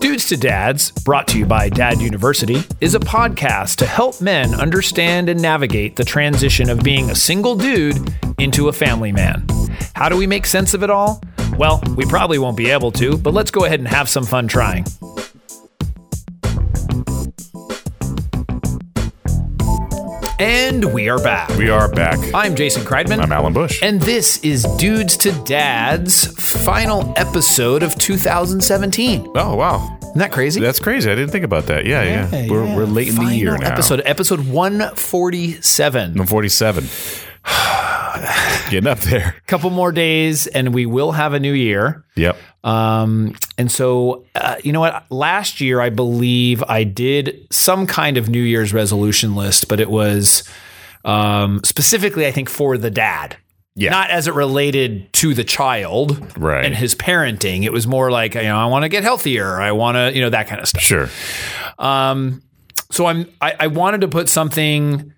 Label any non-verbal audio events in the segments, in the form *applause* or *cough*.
Keys to Dads, brought to you by Dad University, is a podcast to help men understand and navigate the transition of being a single dude into a family man. How do we make sense of it all? Well, we probably won't be able to, but let's go ahead and have some fun trying. And we are back. We are back. I'm Jason Kreidman. I'm Alan Bush. And this is Dudes to Dads final episode of 2017. oh wow, Isn't that crazy? that's crazy. I didn't think about that. Yeah, yeah. We're, we're late in final the year now. Episode episode 147. I'm *sighs* 47. Getting up there. Couple more days and we will have a new year. Yep. Um, and so, uh, you know what? Last year, I believe I did some kind of New Year's resolution list, but it was um, specifically, I think, for the dad. Yeah. Not as it related to the child Right. and his parenting. It was more like, you know, I want to get healthier. I want to, you know, that kind of stuff. Sure. Um, so I'm I, I wanted to put something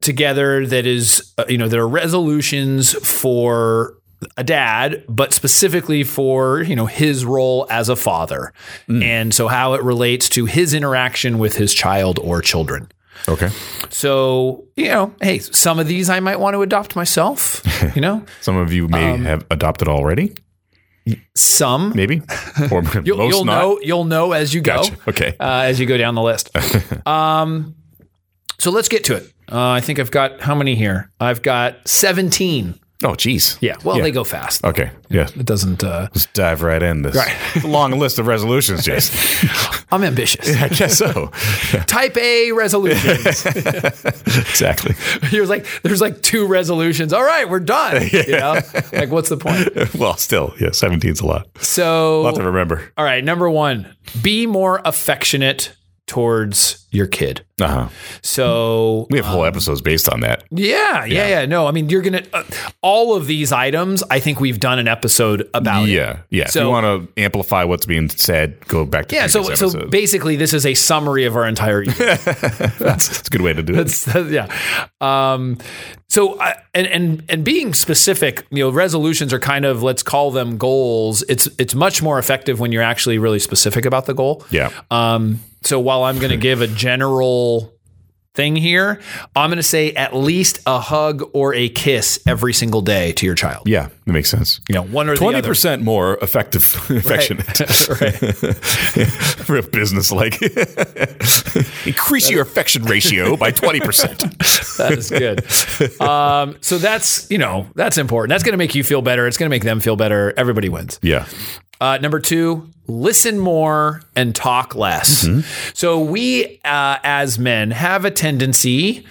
together that is uh, you know there are resolutions for a dad, but specifically for you know his role as a father, Mm. and so how it relates to his interaction with his child or children. Okay. So you know, hey, some of these I might want to adopt *laughs* myself. You know, Some of you may Um, have adopted already, some maybe, *laughs* or you'll, most you'll not. know you'll know as you go. Gotcha. Okay. uh, as you go down the *laughs* list. um, so let's get to it. Uh, I think I've got how many here? I've got 17. oh, geez. Yeah. Well, they go fast. Okay. Yeah. It doesn't, uh, Let's dive right in this *laughs* long list of resolutions, Jason. I'm *laughs* ambitious. I guess so. Type A *laughs* resolutions. exactly. *laughs* There's like, there's like two resolutions. All right, we're *laughs* done. You know? Like, what's the *laughs* point? Well, still, yeah, 17's a lot. So, lot to remember. all right, number one, be more affectionate towards your kid. Uh-huh. So, We have whole episodes based on that. Yeah, Mm-hmm. yeah, yeah. No, I mean, you're going to, uh, all of these items, I think we've done an episode about. it. Yeah, yeah. if Oh, So- you want to amplify what's being said, go back to Yeah, so previous so episodes. basically, this is a summary of our entire *laughs* year. It's a good way to do it. It's- yeah. Um, so I, and and and being specific, you know, resolutions are kind of let's call them goals. It's it's much more effective when you're actually really specific about the goal. Yeah. Um, so while I'm going to give a general thing here, I'm going to say at least a hug or a kiss every single day to your child. yeah, that makes sense. You know, one or the Twenty other. percent more effective, *laughs* *laughs* affectionate. *laughs* Real business like. Increase your affection ratio by twenty percent. that is good. Um, so that's you know that's important. That's going to make you feel better. It's going to make them feel better. Everybody wins. *laughs* Yeah, Uh, number two, listen more and talk less. Mm-hmm. So we uh, as men have a tendency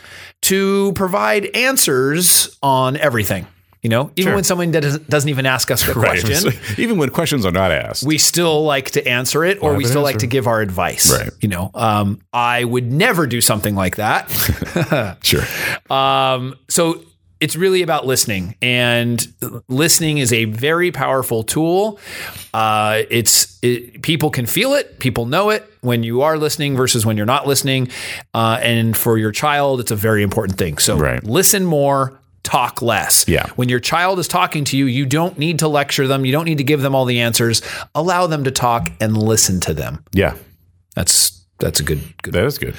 to provide answers on everything. You know, even when someone doesn't doesn't even ask *laughs* us the question, Even when questions are not asked, we still like to answer it or we an still like answer. to give our advice. Right. You know, um, I would never do something like that. sure. Um, so it's really about listening, and listening is a very powerful tool. Uh, it's it, people can feel it, people know it when you are listening versus when you're not listening. Uh, and for your child, it's a very important thing. So Right. listen more. Talk less. Yeah. When your child is talking to you, you don't need to lecture them. You don't need to give them all the answers. Allow them to talk and listen to them. Yeah, That's that's a good good. that is good.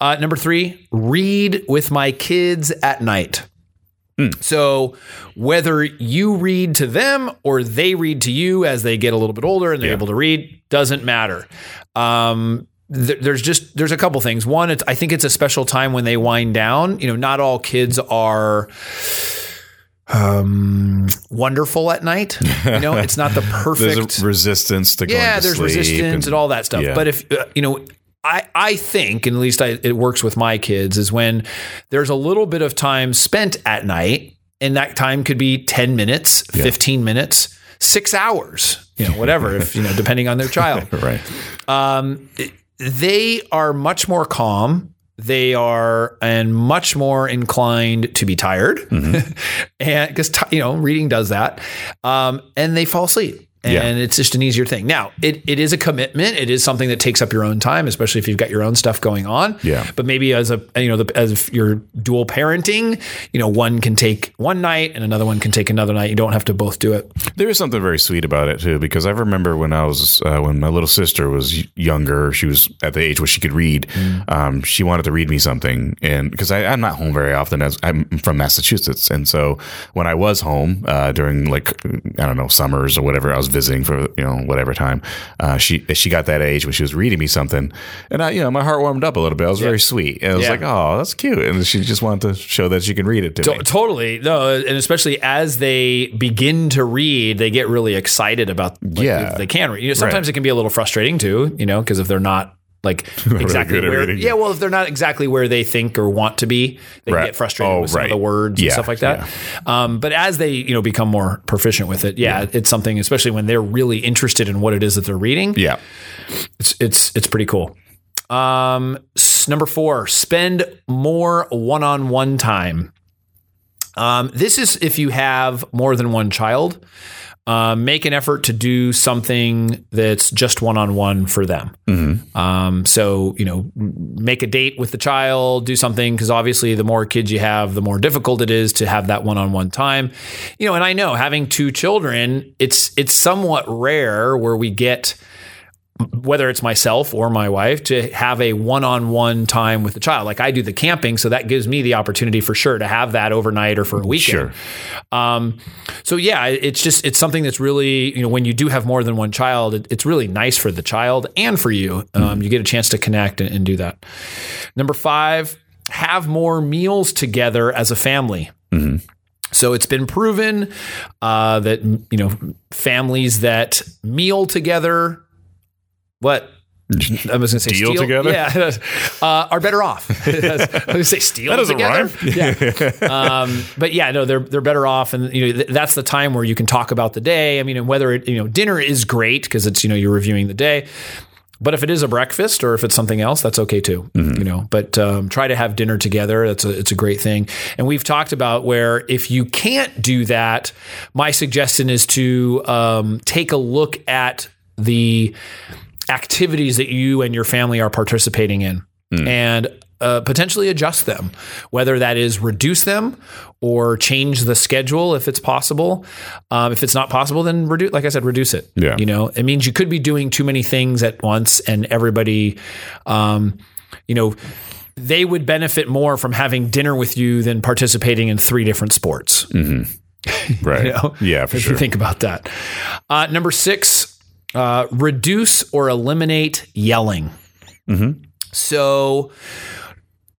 Uh, number three, read with my kids at night. So, whether you read to them or they read to you as they get a little bit older and they're able to read, doesn't matter. Um, th- there's just there's a couple things. One, it's, I think it's a special time when they wind down. You know, not all kids are um, wonderful at night. You know, it's not the perfect. There's a resistance to going Yeah, to there's sleep resistance and, all that stuff. yeah. But if uh, you know, I I think, and at least I, it works with my kids, is when there's a little bit of time spent at night, and that time could be ten minutes, fifteen minutes, six hours, you know, whatever, if you know, depending on their *laughs* child right. they are much more calm. They are and much more inclined to be Mm-hmm. *laughs* tired, and because you know reading does that, um, and they fall asleep. and Yeah. it's just an easier thing. Now, it, it is a commitment. It is something that takes up your own time, especially if you've got your own stuff going on. Yeah. But maybe as a you know the, as if you're dual parenting, you know one can take one night and another one can take another night. You don't have to both do it. There is something very sweet about it too, because I remember when I was uh, when my little sister was y- younger, she was at the age where she could read. Mm. Um, she wanted to read me something, and because I'm not home very often, as I'm from Massachusetts, and so when I was home uh, during like I don't know summers or whatever, I was visiting for you know whatever time. Uh, she she got that age when she was reading me something, and I you know my heart warmed up a little bit. I was very sweet, and I was Yeah. like, oh, that's cute, and she just wanted to show that she can read it to me. To- Totally. No, and especially as they begin to read, they get really excited about like, Yeah. if they can read. You know, sometimes Right. it can be a little frustrating too, you know, because if they're not *laughs* like exactly good at where, reading. yeah, well, if they're not exactly where they think or want to be, they Right. can get frustrated Oh, with some right. of the words and Yeah, stuff like that. Um, but as they, you know, become more proficient with it, yeah, it's something, especially when they're really interested in what it is that they're reading. Yeah, It's, it's, it's pretty cool. Um, s- number four, spend more one-on-one time. Um, this is if you have more than one child, um, make an effort to do something that's just one on one for them. Um, so, you know, make a date with the child, do something, because obviously the more kids you have, the more difficult it is to have that one on one time. You know, and I know having two children, it's it's somewhat rare where we get whether it's myself or my wife to have a one-on-one time with the child like i do the camping so that gives me the opportunity for sure to have that overnight or for a weekend *laughs* sure. um, so yeah, it's just it's something that's really you know when you do have more than one child, it, it's really nice for the child and for you. Mm-hmm. Um, You get a chance to connect and, and do that. Number five, have more meals together as a family. Mm-hmm. So it's been proven uh, that you know families that meal together. *laughs* What? I was going to say Deal steal- *laughs* together? Yeah, uh, are better off. *laughs* I was going to say steal That doesn't together. rhyme. *laughs* Um, but yeah, no, they're they're better off, and you know th- that's the time where you can talk about the day. I mean, and whether it you know dinner is great because it's you know you're reviewing the day, but if it is a breakfast or if it's something else, that's okay too. Mm-hmm. You know, but um, try to have dinner together. That's a it's a great thing. And we've talked about where if you can't do that, my suggestion is to um, take a look at the activities that you and your family are participating in and uh, potentially adjust them, whether that is reduce them or change the schedule if it's possible. Um, if it's not possible, then reduce, like I said, reduce it. Yeah. You know, it means you could be doing too many things at once and everybody, um, you know, they would benefit more from having dinner with you than participating in three different sports Right. you know? Yeah, for if sure. you think about that. Uh, number six, uh, reduce or eliminate yelling. Mm-hmm. So,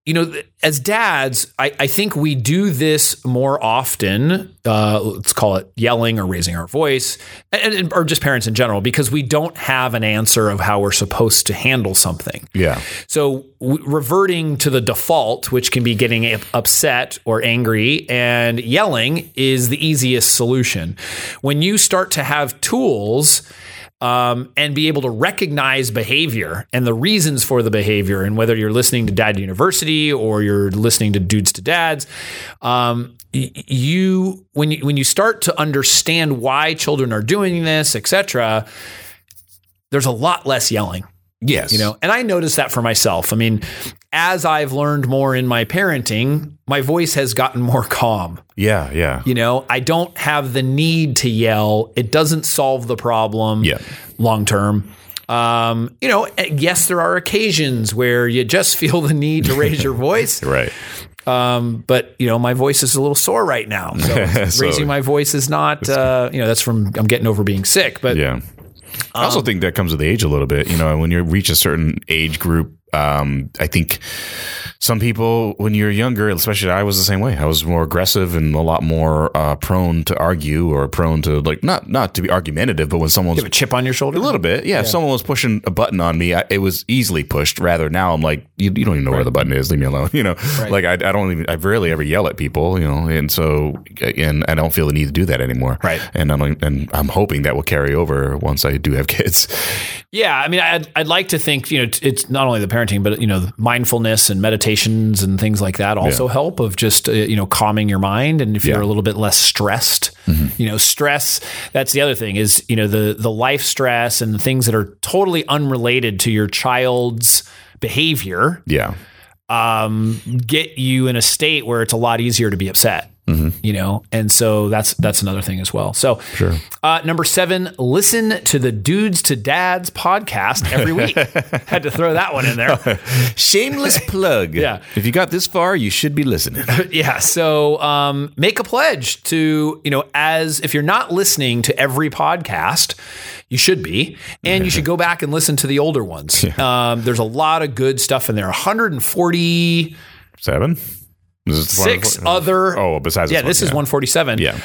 you know, th- as dads, I, I think we do this more often. Uh, let's call it yelling or raising our voice, and, and- or just parents in general, because we don't have an answer of how we're supposed to handle something. yeah. So w- reverting to the default, which can be getting up- upset or angry and yelling, is the easiest solution. When you start to have tools um, and be able to recognize behavior and the reasons for the behavior, and whether you're listening to Dad University or you're listening to Dudes to Dads, um, y- you when you when you start to understand why children are doing this, etc. There's a lot less yelling. Yes. You know, and I noticed that for myself. I mean, as I've learned more in my parenting, my voice has gotten more *laughs* calm. Yeah. Yeah. You know, I don't have the need to yell. It doesn't solve the problem Yeah. long term. Um, you know, yes, there are occasions where you just *laughs* feel the need to raise your *laughs* voice, Right. but you know, my voice is a little sore right *laughs* now. So, So- raising my voice is not, uh, you know, that's from I'm getting over being sick, but Yeah. I also Um, think that comes with age a little bit. You know, when you reach a certain age group, um, I think some people, when you're younger, especially I was the same way. I was more aggressive and a lot more uh, prone to argue or prone to like not not to be argumentative, but when someone's a chip on your shoulder. a little bit, yeah. If someone was pushing a button on me, I, it was easily pushed. Rather now, I'm like, you, you don't even know where the button is. Leave me alone. *laughs* You know, like I, I don't even. I rarely ever yell at people. You know, and so and I don't feel the need to do that anymore. Right. And I'm and I'm hoping that will carry over once I do have *laughs* kids. Yeah, I mean, I'd, I'd like to think you know t- it's not only the parenting, but you know, the mindfulness and meditation meditations and things like that also help of just uh, you know calming your mind and if you're a little bit less stressed you know stress that's the other thing is you know the the life stress and the things that are totally unrelated to your child's behavior Yeah. um, get you in a state where it's a lot easier to be upset. You know, and so that's that's another thing as well. So, sure. Uh, number seven, listen to the Dudes to Dads podcast every week. Had to throw that one in there. Shameless *laughs* plug. Yeah. If you got this far, you should be listening. yeah. So, um, make a pledge to you know, as if you're not listening to every podcast, you should be, and you should go back and listen to the older ones. Um, there's a lot of good stuff in there. 140. *laughs* Seven? Is this the one- six other. Oh, besides yeah, this one, this is 147. yeah. Yeah.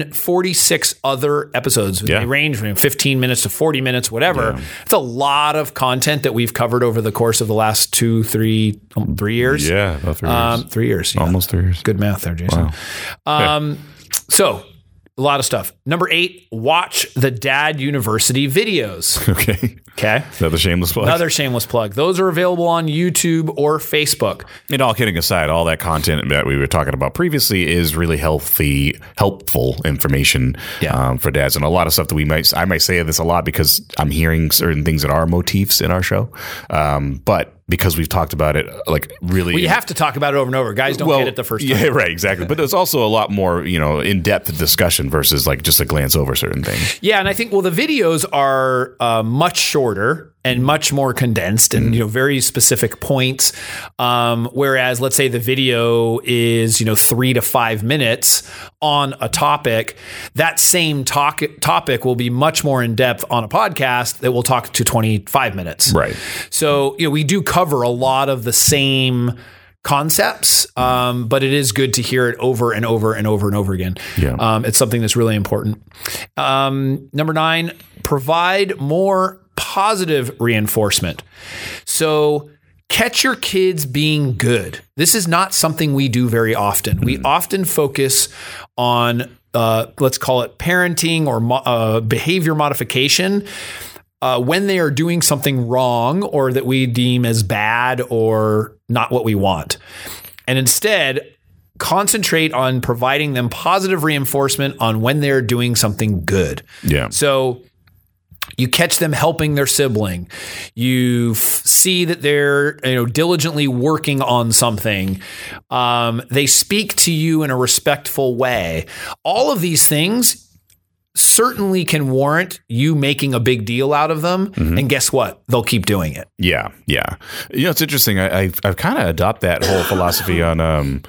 146 other episodes. They range from 15 minutes to 40 minutes, whatever. It's a lot of content that we've covered over the course of the last two, three, um, three years. Yeah. About three years. Um, three years. yeah. Almost three years. *laughs* Good math there, Jason. Um, so a lot of stuff. Number eight, watch the Dad University *laughs* videos. Okay. Okay. Another shameless plug. Another shameless plug. Those are available on YouTube or Facebook. and all kidding aside, all that content that we were talking about previously is really healthy, helpful information Yeah. um, for dads, and a lot of stuff that we might. I might say this a lot because I'm hearing certain things that are motifs in our show, um, but because we've talked about it, like really, You have to talk about it over and over. Guys don't get it the first time. Yeah, right, exactly. But there's also a lot more, you know, in depth discussion versus like just a glance over *laughs* certain things. Yeah, and I think well, the videos are uh, much shorter and much more condensed, and you know, very specific points. Um, whereas, let's say the video is you know three to five minutes on a topic, that same talk- topic will be much more in depth on a podcast that will talk to twenty five minutes. Right. So you know, we do cover a lot of the same concepts, um, but it is good to hear it over and over and over and over again. Yeah. Um, it's something that's really important. Um, number nine, provide more positive reinforcement. So catch your kids being good. This is not something we do very often. We often focus on, uh, let's call it parenting or mo- uh, behavior modification uh, when they are doing something wrong or that we deem as bad or not what we want. And instead, concentrate on providing them positive reinforcement on when they're doing something good. Yeah. So you catch them helping their sibling. You f- see that they're you know diligently working on something. Um, they speak to you in a respectful way. All of these things certainly can warrant you making a big deal out of them. Mm-hmm. And guess what? They'll keep doing it. Yeah, yeah. You know, it's interesting. I, I've, I've kind of adopt that whole philosophy on um,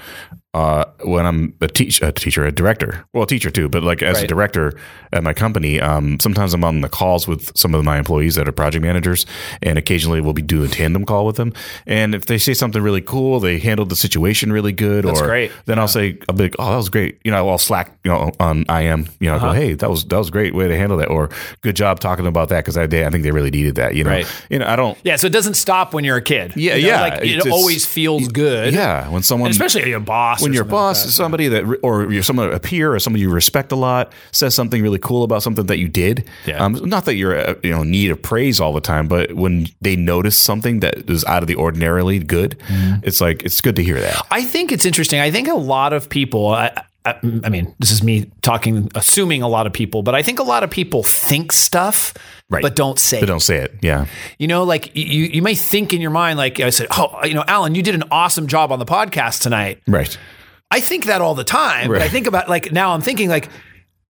uh, when I'm a, teach, a teacher, a director, well, a teacher too, but like as a Right. director at my company, um, sometimes I'm on the calls with some of my employees that are project managers, and occasionally we'll be doing a tandem call with them. And if they say something really cool, they handled the situation really good, or great. then I'll say, I'll be like, oh, that was great. You know, I'll slack, you know, on I am, you Uh-huh. know, I'll go, hey, that was that was a great way to handle that, or good job talking about that because I, they- I think they really needed that. You know, Right. you know, I don't. Yeah. So it doesn't stop when you're a kid. Yeah, You know, yeah. Like it It's- always feels good. Yeah, when someone, Especially your boss. when or your something like boss is somebody that, or you're someone a peer or someone you respect a lot says something really cool about something that you did. Yeah. Um, not that you're uh, you know in need of praise all the time, but when they notice something that is out of the ordinarily good, Mm-hmm. it's like it's good to hear that. I think it's interesting. I think a lot of people. I, I, I mean, this is me talking, assuming a lot of people, but I think a lot of people think stuff, Right. but don't say. But don't say it. Yeah. it. You know, like you, you may think in your mind, like I said, oh, you know, Alan, you did an awesome job on the podcast tonight. Right. I think that all the time. But I Right. think about like now, I'm thinking like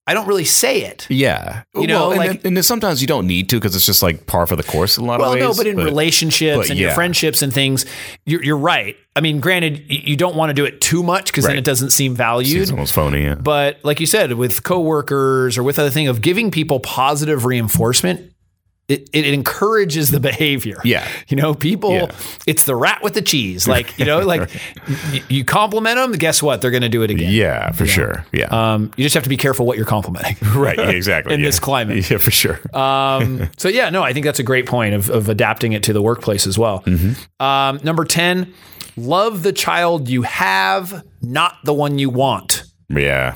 I don't really say it. Yeah. You know, and, like- then- and then sometimes you don't need to because it's just like par for the course in a lot Well, of ways. no, but in relationships but and your yeah. friendships and things, you're, you're right. I mean, granted, y- you don't want to do it too much because then Right. it doesn't seem valued. it's almost phony. Yeah. But like you said, with coworkers or with other thing of giving people positive reinforcement, it, it encourages the behavior. Yeah. *laughs* You know, people, Yeah. it's the rat with the cheese. Like, *laughs* you know, like y- you compliment them, guess what? They're going to do it again. yeah, for sure. Yeah. Um, you just have to be careful what you're complimenting. *laughs* right. Yeah, *laughs* exactly. in yeah. this climate. *laughs* Yeah, for sure. Um, so yeah, no, I think that's a great point of, of adapting it to the workplace as well. Mm-hmm. Um, number 10, love the child you have, not the one you want. yeah.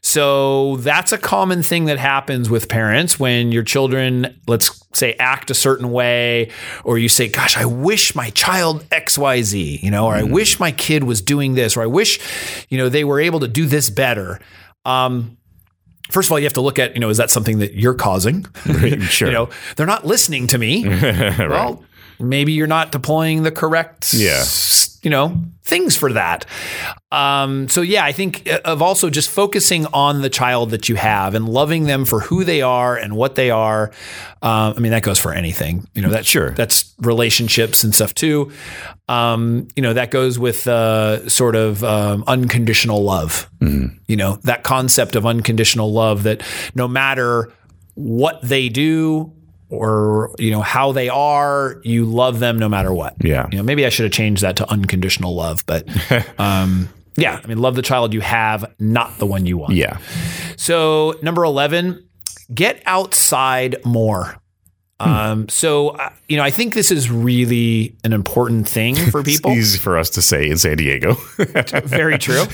So that's a common thing that happens with parents when your children, let's say, act a certain way, or you say, Gosh, I wish my child XYZ, you know, or I wish my kid was doing this, or I wish, you know, they were able to do this better. Um, First of all, you have to look at, you know, is that something that you're causing? *laughs* sure. you know, they're not listening to me. *laughs* Well, maybe you're not deploying the correct, Yeah. s- you know, things for that. Um, so yeah, I think of also just focusing on the child that you have and loving them for who they are and what they are. Um, I mean, that goes for anything, you know, that Sure. that's relationships and stuff too. Um, you know, that goes with, uh, sort of, um, unconditional love, you know, that concept of unconditional love that no matter what they do or you know how they are you love them no matter what Yeah. you know maybe i should have changed that to unconditional love but um yeah i mean love the child you have not the one you want Yeah. so number 11 get outside more um so uh, you know i think this is really an important thing for people Easy for us to say in San Diego. *laughs* very true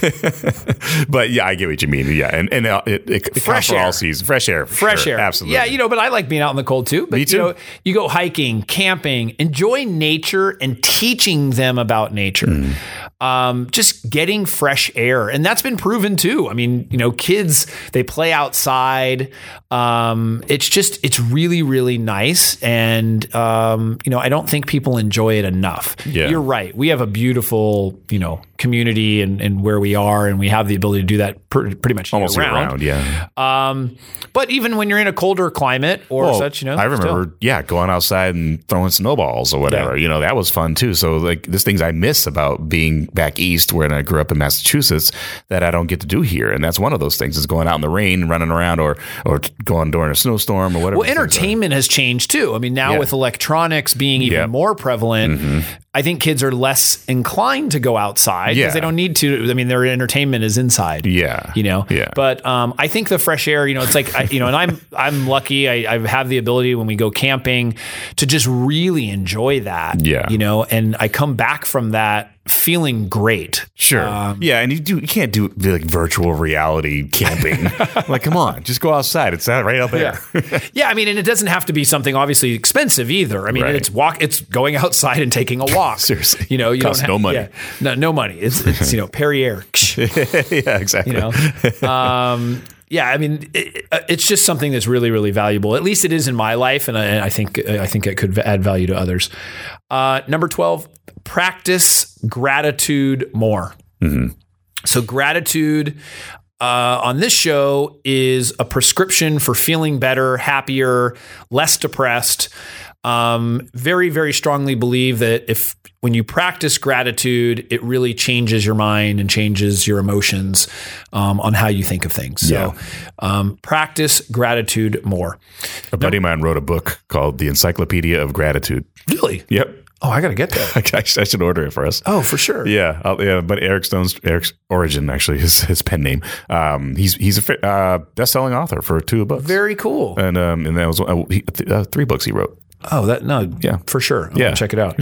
but yeah, I get what you mean. Yeah. And, and uh, it, it, it Fresh counts for air. all seasons. Fresh air. for fresh sure. air. Absolutely. Yeah, you know, but I like being out in the cold too. But Me You, too. know, you go hiking, camping, enjoy nature, and teaching them about nature. Mm. Um, just getting fresh air, and that's been proven too. I mean, you know, kids they play outside. Um, it's just it's really really nice, and um, you know, I don't think people enjoy it enough. Yeah. You're right. We have a beautiful you know community and, and where we are, and we have the ability to do that pr- pretty much Almost year year-round. round. Yeah. Um, but even when you're in a colder climate or Well, such, you know, I remember, yeah, going outside and throwing snowballs or whatever. You know, that was fun too. So, like, there's things I miss about being back east when I grew up in Massachusetts that I don't get to do here. And that's one of those things is going out in the rain, running around, or or going during a snowstorm or whatever. Well, entertainment has changed too. I mean, now Yeah. with electronics being even Yeah. Mm-hmm. more prevalent, I think kids are less inclined to go outside because Yeah. they don't need to. I mean, their entertainment is inside. Yeah. You know, Yeah. But um, I think the fresh air, you know, it's like I, you know, and I'm I'm lucky. I, I have the ability when we go camping to just really enjoy that. Yeah. You know, and I come back from that feeling great. Sure. yeah, and you do you can't do like virtual reality *laughs* camping. like, come on, just go outside. It's not right out there. Yeah. *laughs* yeah, I mean, and it doesn't have to be something obviously expensive either. I mean, Right. it's walk, it's going outside and taking a walk. *laughs* Seriously. you know, you Costs don't no money. yeah. no, no money. It's, it's you know, Perrier. *laughs* *laughs* Yeah, exactly. You know, um, yeah. I mean, it, it- it's just something that's really, really valuable. At least it is in my life, and I, and I think I think it could add value to others. Uh, number twelve: practice gratitude more. So gratitude uh, on this show is a prescription for feeling better, happier, less depressed. Um, very, very strongly believe that if when you practice gratitude, it really changes your mind and changes your emotions um, on how you think of things. So, um, practice gratitude more. A buddy of mine wrote a book called The Encyclopedia of Gratitude. Really? Yep. Oh, I gotta get that. *laughs* I sh- I should order it for us. Oh, for *laughs* sure. Yeah, I'll- yeah, but Eric Stone's Eric's origin actually *laughs* his his pen name. Um, he's he's a fi- uh, best selling author for two books, Very cool. and um, and that was uh, he, th- uh, three books he wrote. Oh, that no, Yeah. for sure. I'll Yeah. check it out.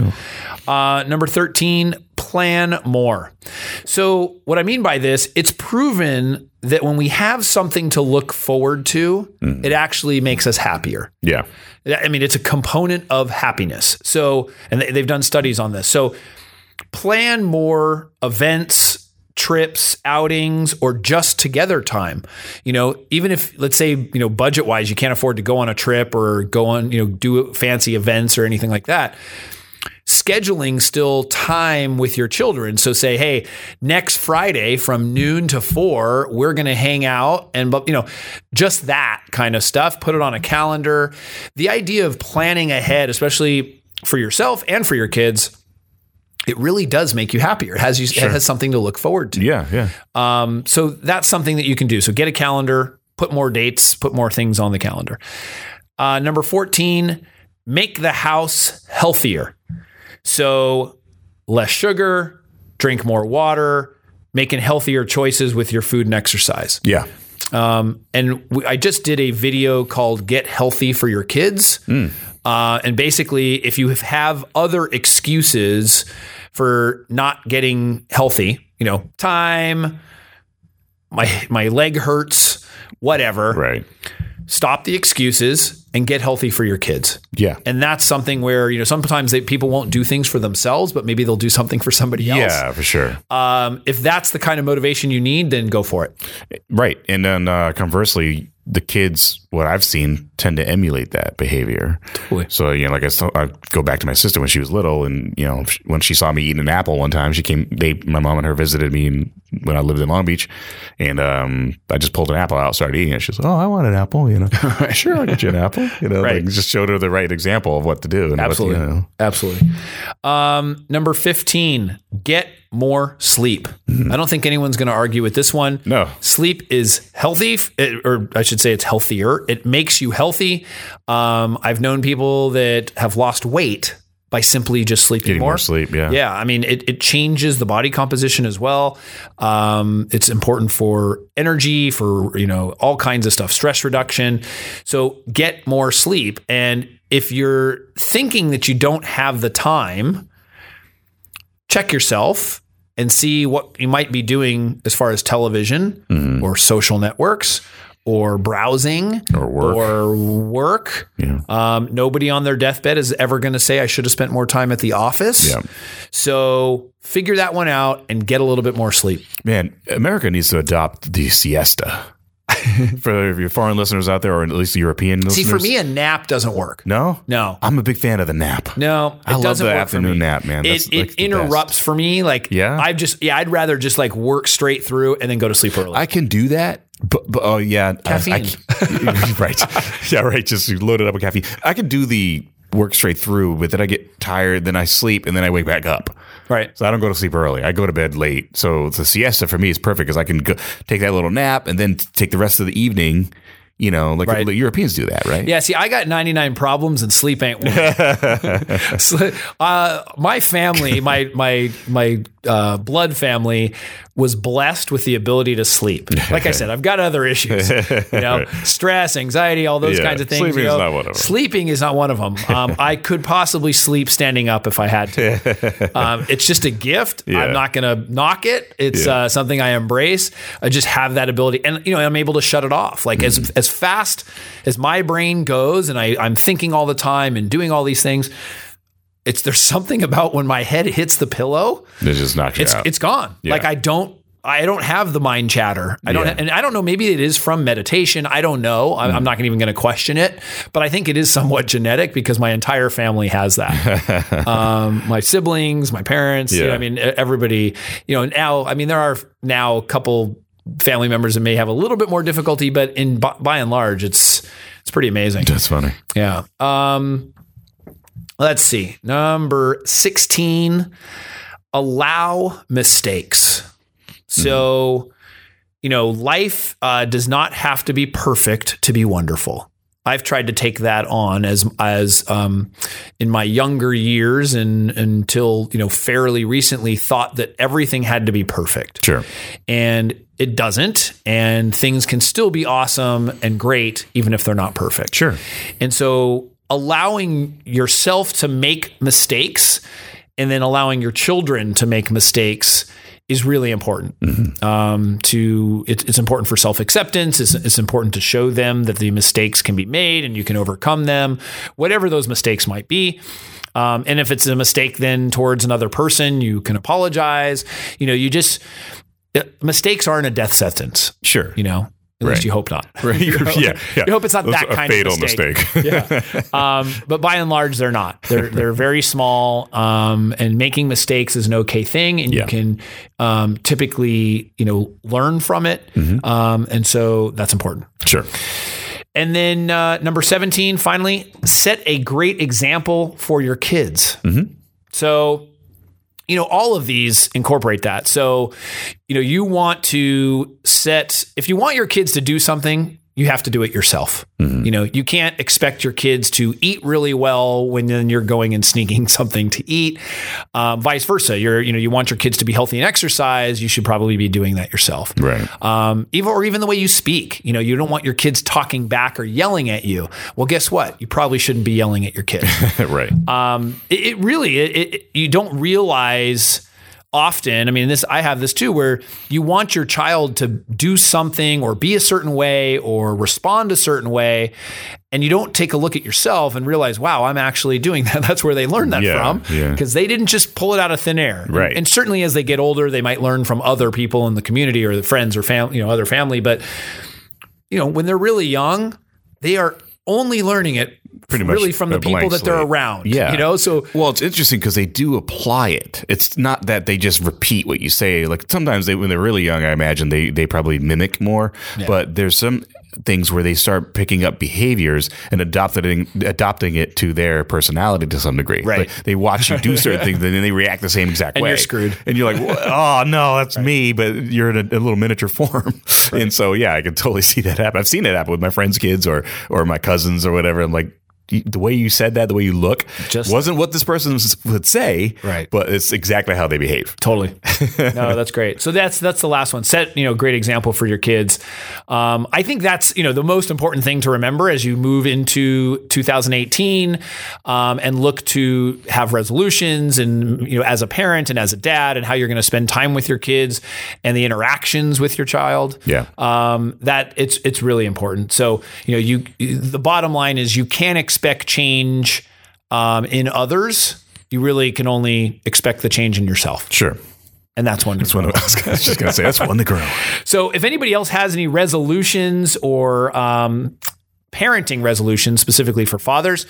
Uh, number thirteen, plan more. So, what I mean by this, it's proven that when we have something to look forward to, Mm-hmm. it actually makes us happier. Yeah, I mean, it's a component of happiness. So, and they- they've done studies on this. So, plan more events, trips, outings, or just together time. You know, even if, let's say, you know, budget wise, you can't afford to go on a trip or go on, you know, do fancy events or anything like that scheduling still time with your children. So say, hey, next Friday from noon to four, we're going to hang out and, but you know, just that kind of stuff. Put it on a calendar. The idea of planning ahead, especially for yourself and for your kids, it really does make you happier. It has you it has something to look forward to. yeah, yeah. Um, so that's something that you can do. So get a calendar, put more dates, put more things on the calendar. Uh, number 14, make the house healthier. So less sugar, drink more water, making healthier choices with your food and exercise. Yeah. Um, and we, I just did a video called Get Healthy for Your Kids. Mm. Uh, and basically, if you have other excuses for not getting healthy, you know, time, my my leg hurts, whatever. Right. Stop the excuses and get healthy for your kids. Yeah. And that's something where you know sometimes they, people won't do things for themselves, but maybe they'll do something for somebody else. yeah, for sure. Um, if that's the kind of motivation you need, then go for it. Right. And then uh, conversely, the kids, what I've seen, tend to emulate that behavior. Totally. So, you know, like I, saw- I go back to my sister when she was little, and, you know, sh- when she saw me eating an apple one time, she came, they, my mom and her visited me and when I lived in Long Beach, and um, I just pulled an apple out, started eating it. She's like, oh, I want an *laughs* apple, you know. *laughs* sure, I'll get you an apple. You know, Right. like, just showed her the right example of what to do. And Absolutely. What, you know. Absolutely. Um, number 15, get more sleep. I don't think anyone's going to argue with this one. Mm-hmm. No. Sleep is healthy, f- it- or I should say it's healthier. It makes you healthy. Um, I've known people that have lost weight by simply just sleeping Getting more sleep, yeah. Yeah. I mean, it, it changes the body composition as well. Um, it's important for energy, for, you know, all kinds of stuff, stress reduction. So get more sleep. And if you're thinking that you don't have the time, check yourself and see what you might be doing as far as television Mm-hmm. or social networks or browsing Or work. or work. Yeah. Um, nobody on their deathbed is ever going to say, I should have spent more time at the office. Yeah. So figure that one out and get a little bit more sleep. Man, America needs to adopt the siesta. for your foreign listeners out there, or at least the European See, listeners. for me, a nap doesn't work. No? No. I'm a big fan of the nap. No, it I love doesn't the work for me. afternoon nap, man. That's It, it like the interrupts for me. Like, Yeah? I've just, yeah, I'd rather just like work straight through and then go to sleep early. I can do that, but, but oh yeah, I- I Caffeine. can't- *laughs* right. Yeah, right. Just load it up with caffeine. I can do the work straight through, but then I get tired, then I sleep, and then I wake back up. right. So I don't go to sleep early. I go to bed late. So the siesta for me is perfect because I can go, take that little nap and then take the rest of the evening. You know, like Right. the Europeans do that, right? Yeah, see, I got 99 problems and sleep *laughs* ain't one. *laughs* So, uh, my family, my my my uh, blood family, was blessed with the ability to sleep. *laughs* Like I said, I've got other issues, you know, stress, anxiety, all those Yeah, kinds of things. sleeping you is know. not one of 'em. Sleeping is not one of them. Um, I could possibly sleep standing up if I had to. *laughs* Um, it's just a gift. Yeah. I'm not going to knock it. It's Yeah. uh, something I embrace. I just have that ability, and you know, I'm able to shut it off. Like Mm. as as fast as my brain goes, and I, I'm thinking all the time and doing all these things. It's there's something about when my head hits the pillow, They just knock you it's out. it's gone. Yeah. Like I don't. I don't have the mind chatter. I don't, Yeah. Hmm. and I don't know. Maybe it is from meditation. I don't know. I'm, I'm not even going to question it, but I think it is somewhat genetic because my entire family has that. *laughs* um, my siblings, my parents. you know, Yeah. I mean, e- everybody. You know, now. I mean, there are now a couple family members that may have a little bit more difficulty, but in by, by and large, it's it's pretty amazing. That's funny. Yeah. Um, let's see. Number 16, allow mistakes. So, you know, life uh, does not have to be perfect to be wonderful. I've tried to take that on as as um, in my younger years and until you know fairly recently thought that everything had to be perfect Sure. and it doesn't and things can still be awesome and great even if they're not perfect Sure. and so allowing yourself to make mistakes and then allowing your children to make mistakes is really important um, to it, it's important for self-acceptance it's, it's important to show them that the mistakes can be made and you can overcome them whatever those mistakes might be um, and if it's a mistake then towards another person you can apologize you know you just uh, mistakes aren't a death sentence Sure. you know at least Right. you hope not Right. *laughs* yeah, yeah. *laughs* You hope it's not That's that kind a fatal of mistake. mistake. um, but by and large, they're not. They're they're very small, um, and making mistakes is an okay thing, and Yeah. you can um, typically you know learn from it, um, and so that's important. *laughs* sure. And then uh, number 17, finally, set a great example for your kids. So, you know, all of these incorporate that. So, you know, you want to set, if you want your kids to do something, you have to do it yourself. You know, you can't expect your kids to eat really well when then you're going and sneaking *laughs* something to eat. Um, vice versa, you're, you know, you want your kids to be healthy and exercise. You should probably be doing that yourself Right. um, even or even the way you speak. You know, you don't want your kids talking back or yelling at you. Well, guess what? You probably shouldn't be yelling at your kids. right. um, it, it really, it, it, you don't realize often, I mean, this I have this too, where you want your child to do something or be a certain way or respond a certain way, and you don't take a look at yourself and realize, wow, I'm actually doing *laughs* that. That's where they learned that Yeah, from, yeah. because they didn't just pull it out of thin air, Right. And certainly, as they get older, they might learn from other people in the community or the friends or family, you know, other family. But you know, when they're really young, they are only learning it Pretty much really from the a blank people that they're slate. around. Yeah. you know, so Well, it's interesting because they do apply it. It's not that they just repeat what you say. Like sometimes they, when they're really young, I imagine they they probably mimic more. But there's some things where they start picking up behaviors and adopting adopting it to their personality to some degree. Right. Like, they watch you *laughs* do certain things and then they react the same exact way. you're screwed. And you're like, *laughs* "Wha- oh no, that's me, but you're in a, a little miniature *laughs* form. And so yeah, I can totally see that happen. I've seen it happen with my friends' kids or or my cousins or whatever. I'm like. "You- The way you said that, the way you look, Just- wasn't what this person s- would say, Right. But it's exactly how they behave. Totally. *laughs* No, that's great. So that's that's the last one. Set you know great example for your kids. Um, I think that's you know the most important thing to remember as you move into 2018 um, and look to have resolutions and you know as a parent and as a dad and how you're going to spend time with your kids and the interactions with your child. Yeah. Um, that it's it's really important. So you know you the bottom line is you can expect change um, in others. You really can only expect the change in yourself. Sure, And that's one. that's one. Of, *laughs* I was gonna- just gonna say that's one to grow. *laughs* So if anybody else has any resolutions or um, parenting resolutions specifically for fathers,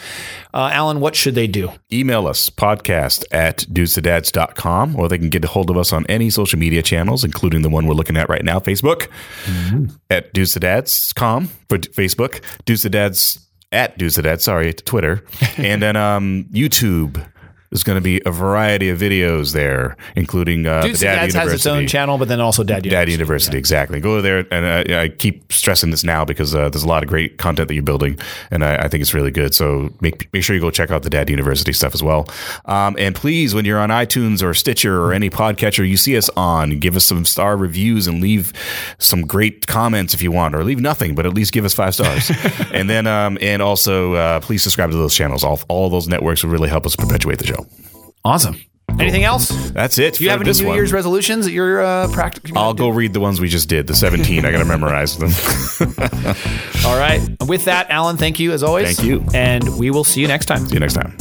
uh, Alan, what should they do? Email us podcast at dudesadads.com or they can get a hold of us on any social media channels, including the one we're looking at right now, Facebook at dudesadads.com for d- Facebook, dudesadads at dudesadads, sorry, to Twitter, and then um, YouTube. There's going to be a variety of videos there, including uh, Dudes the Dad and Dads University. has its own channel, but then also Dad University. Dad University, exactly. Go there, and uh, I keep stressing this now because uh, there's a lot of great content that you're building, and I, I think it's really good. So make make sure you go check out the Dad University stuff as well. Um, and please, when you're on iTunes or Stitcher or any podcatcher you see us on, give us some star reviews and leave some great comments if you want, or leave nothing, but at least give us *laughs* five stars. and then, um, and also, uh, please subscribe to those channels. All all those networks would really help us perpetuate the show. Awesome. Anything else? Do That's it. you for have any this New one. Year's resolutions that you're uh, practicing? I'll go read the ones we just did. The 17. I got to *laughs* memorize them. All right. With that, Alan, thank you as always. Thank you. And we will see you next time. See you next time.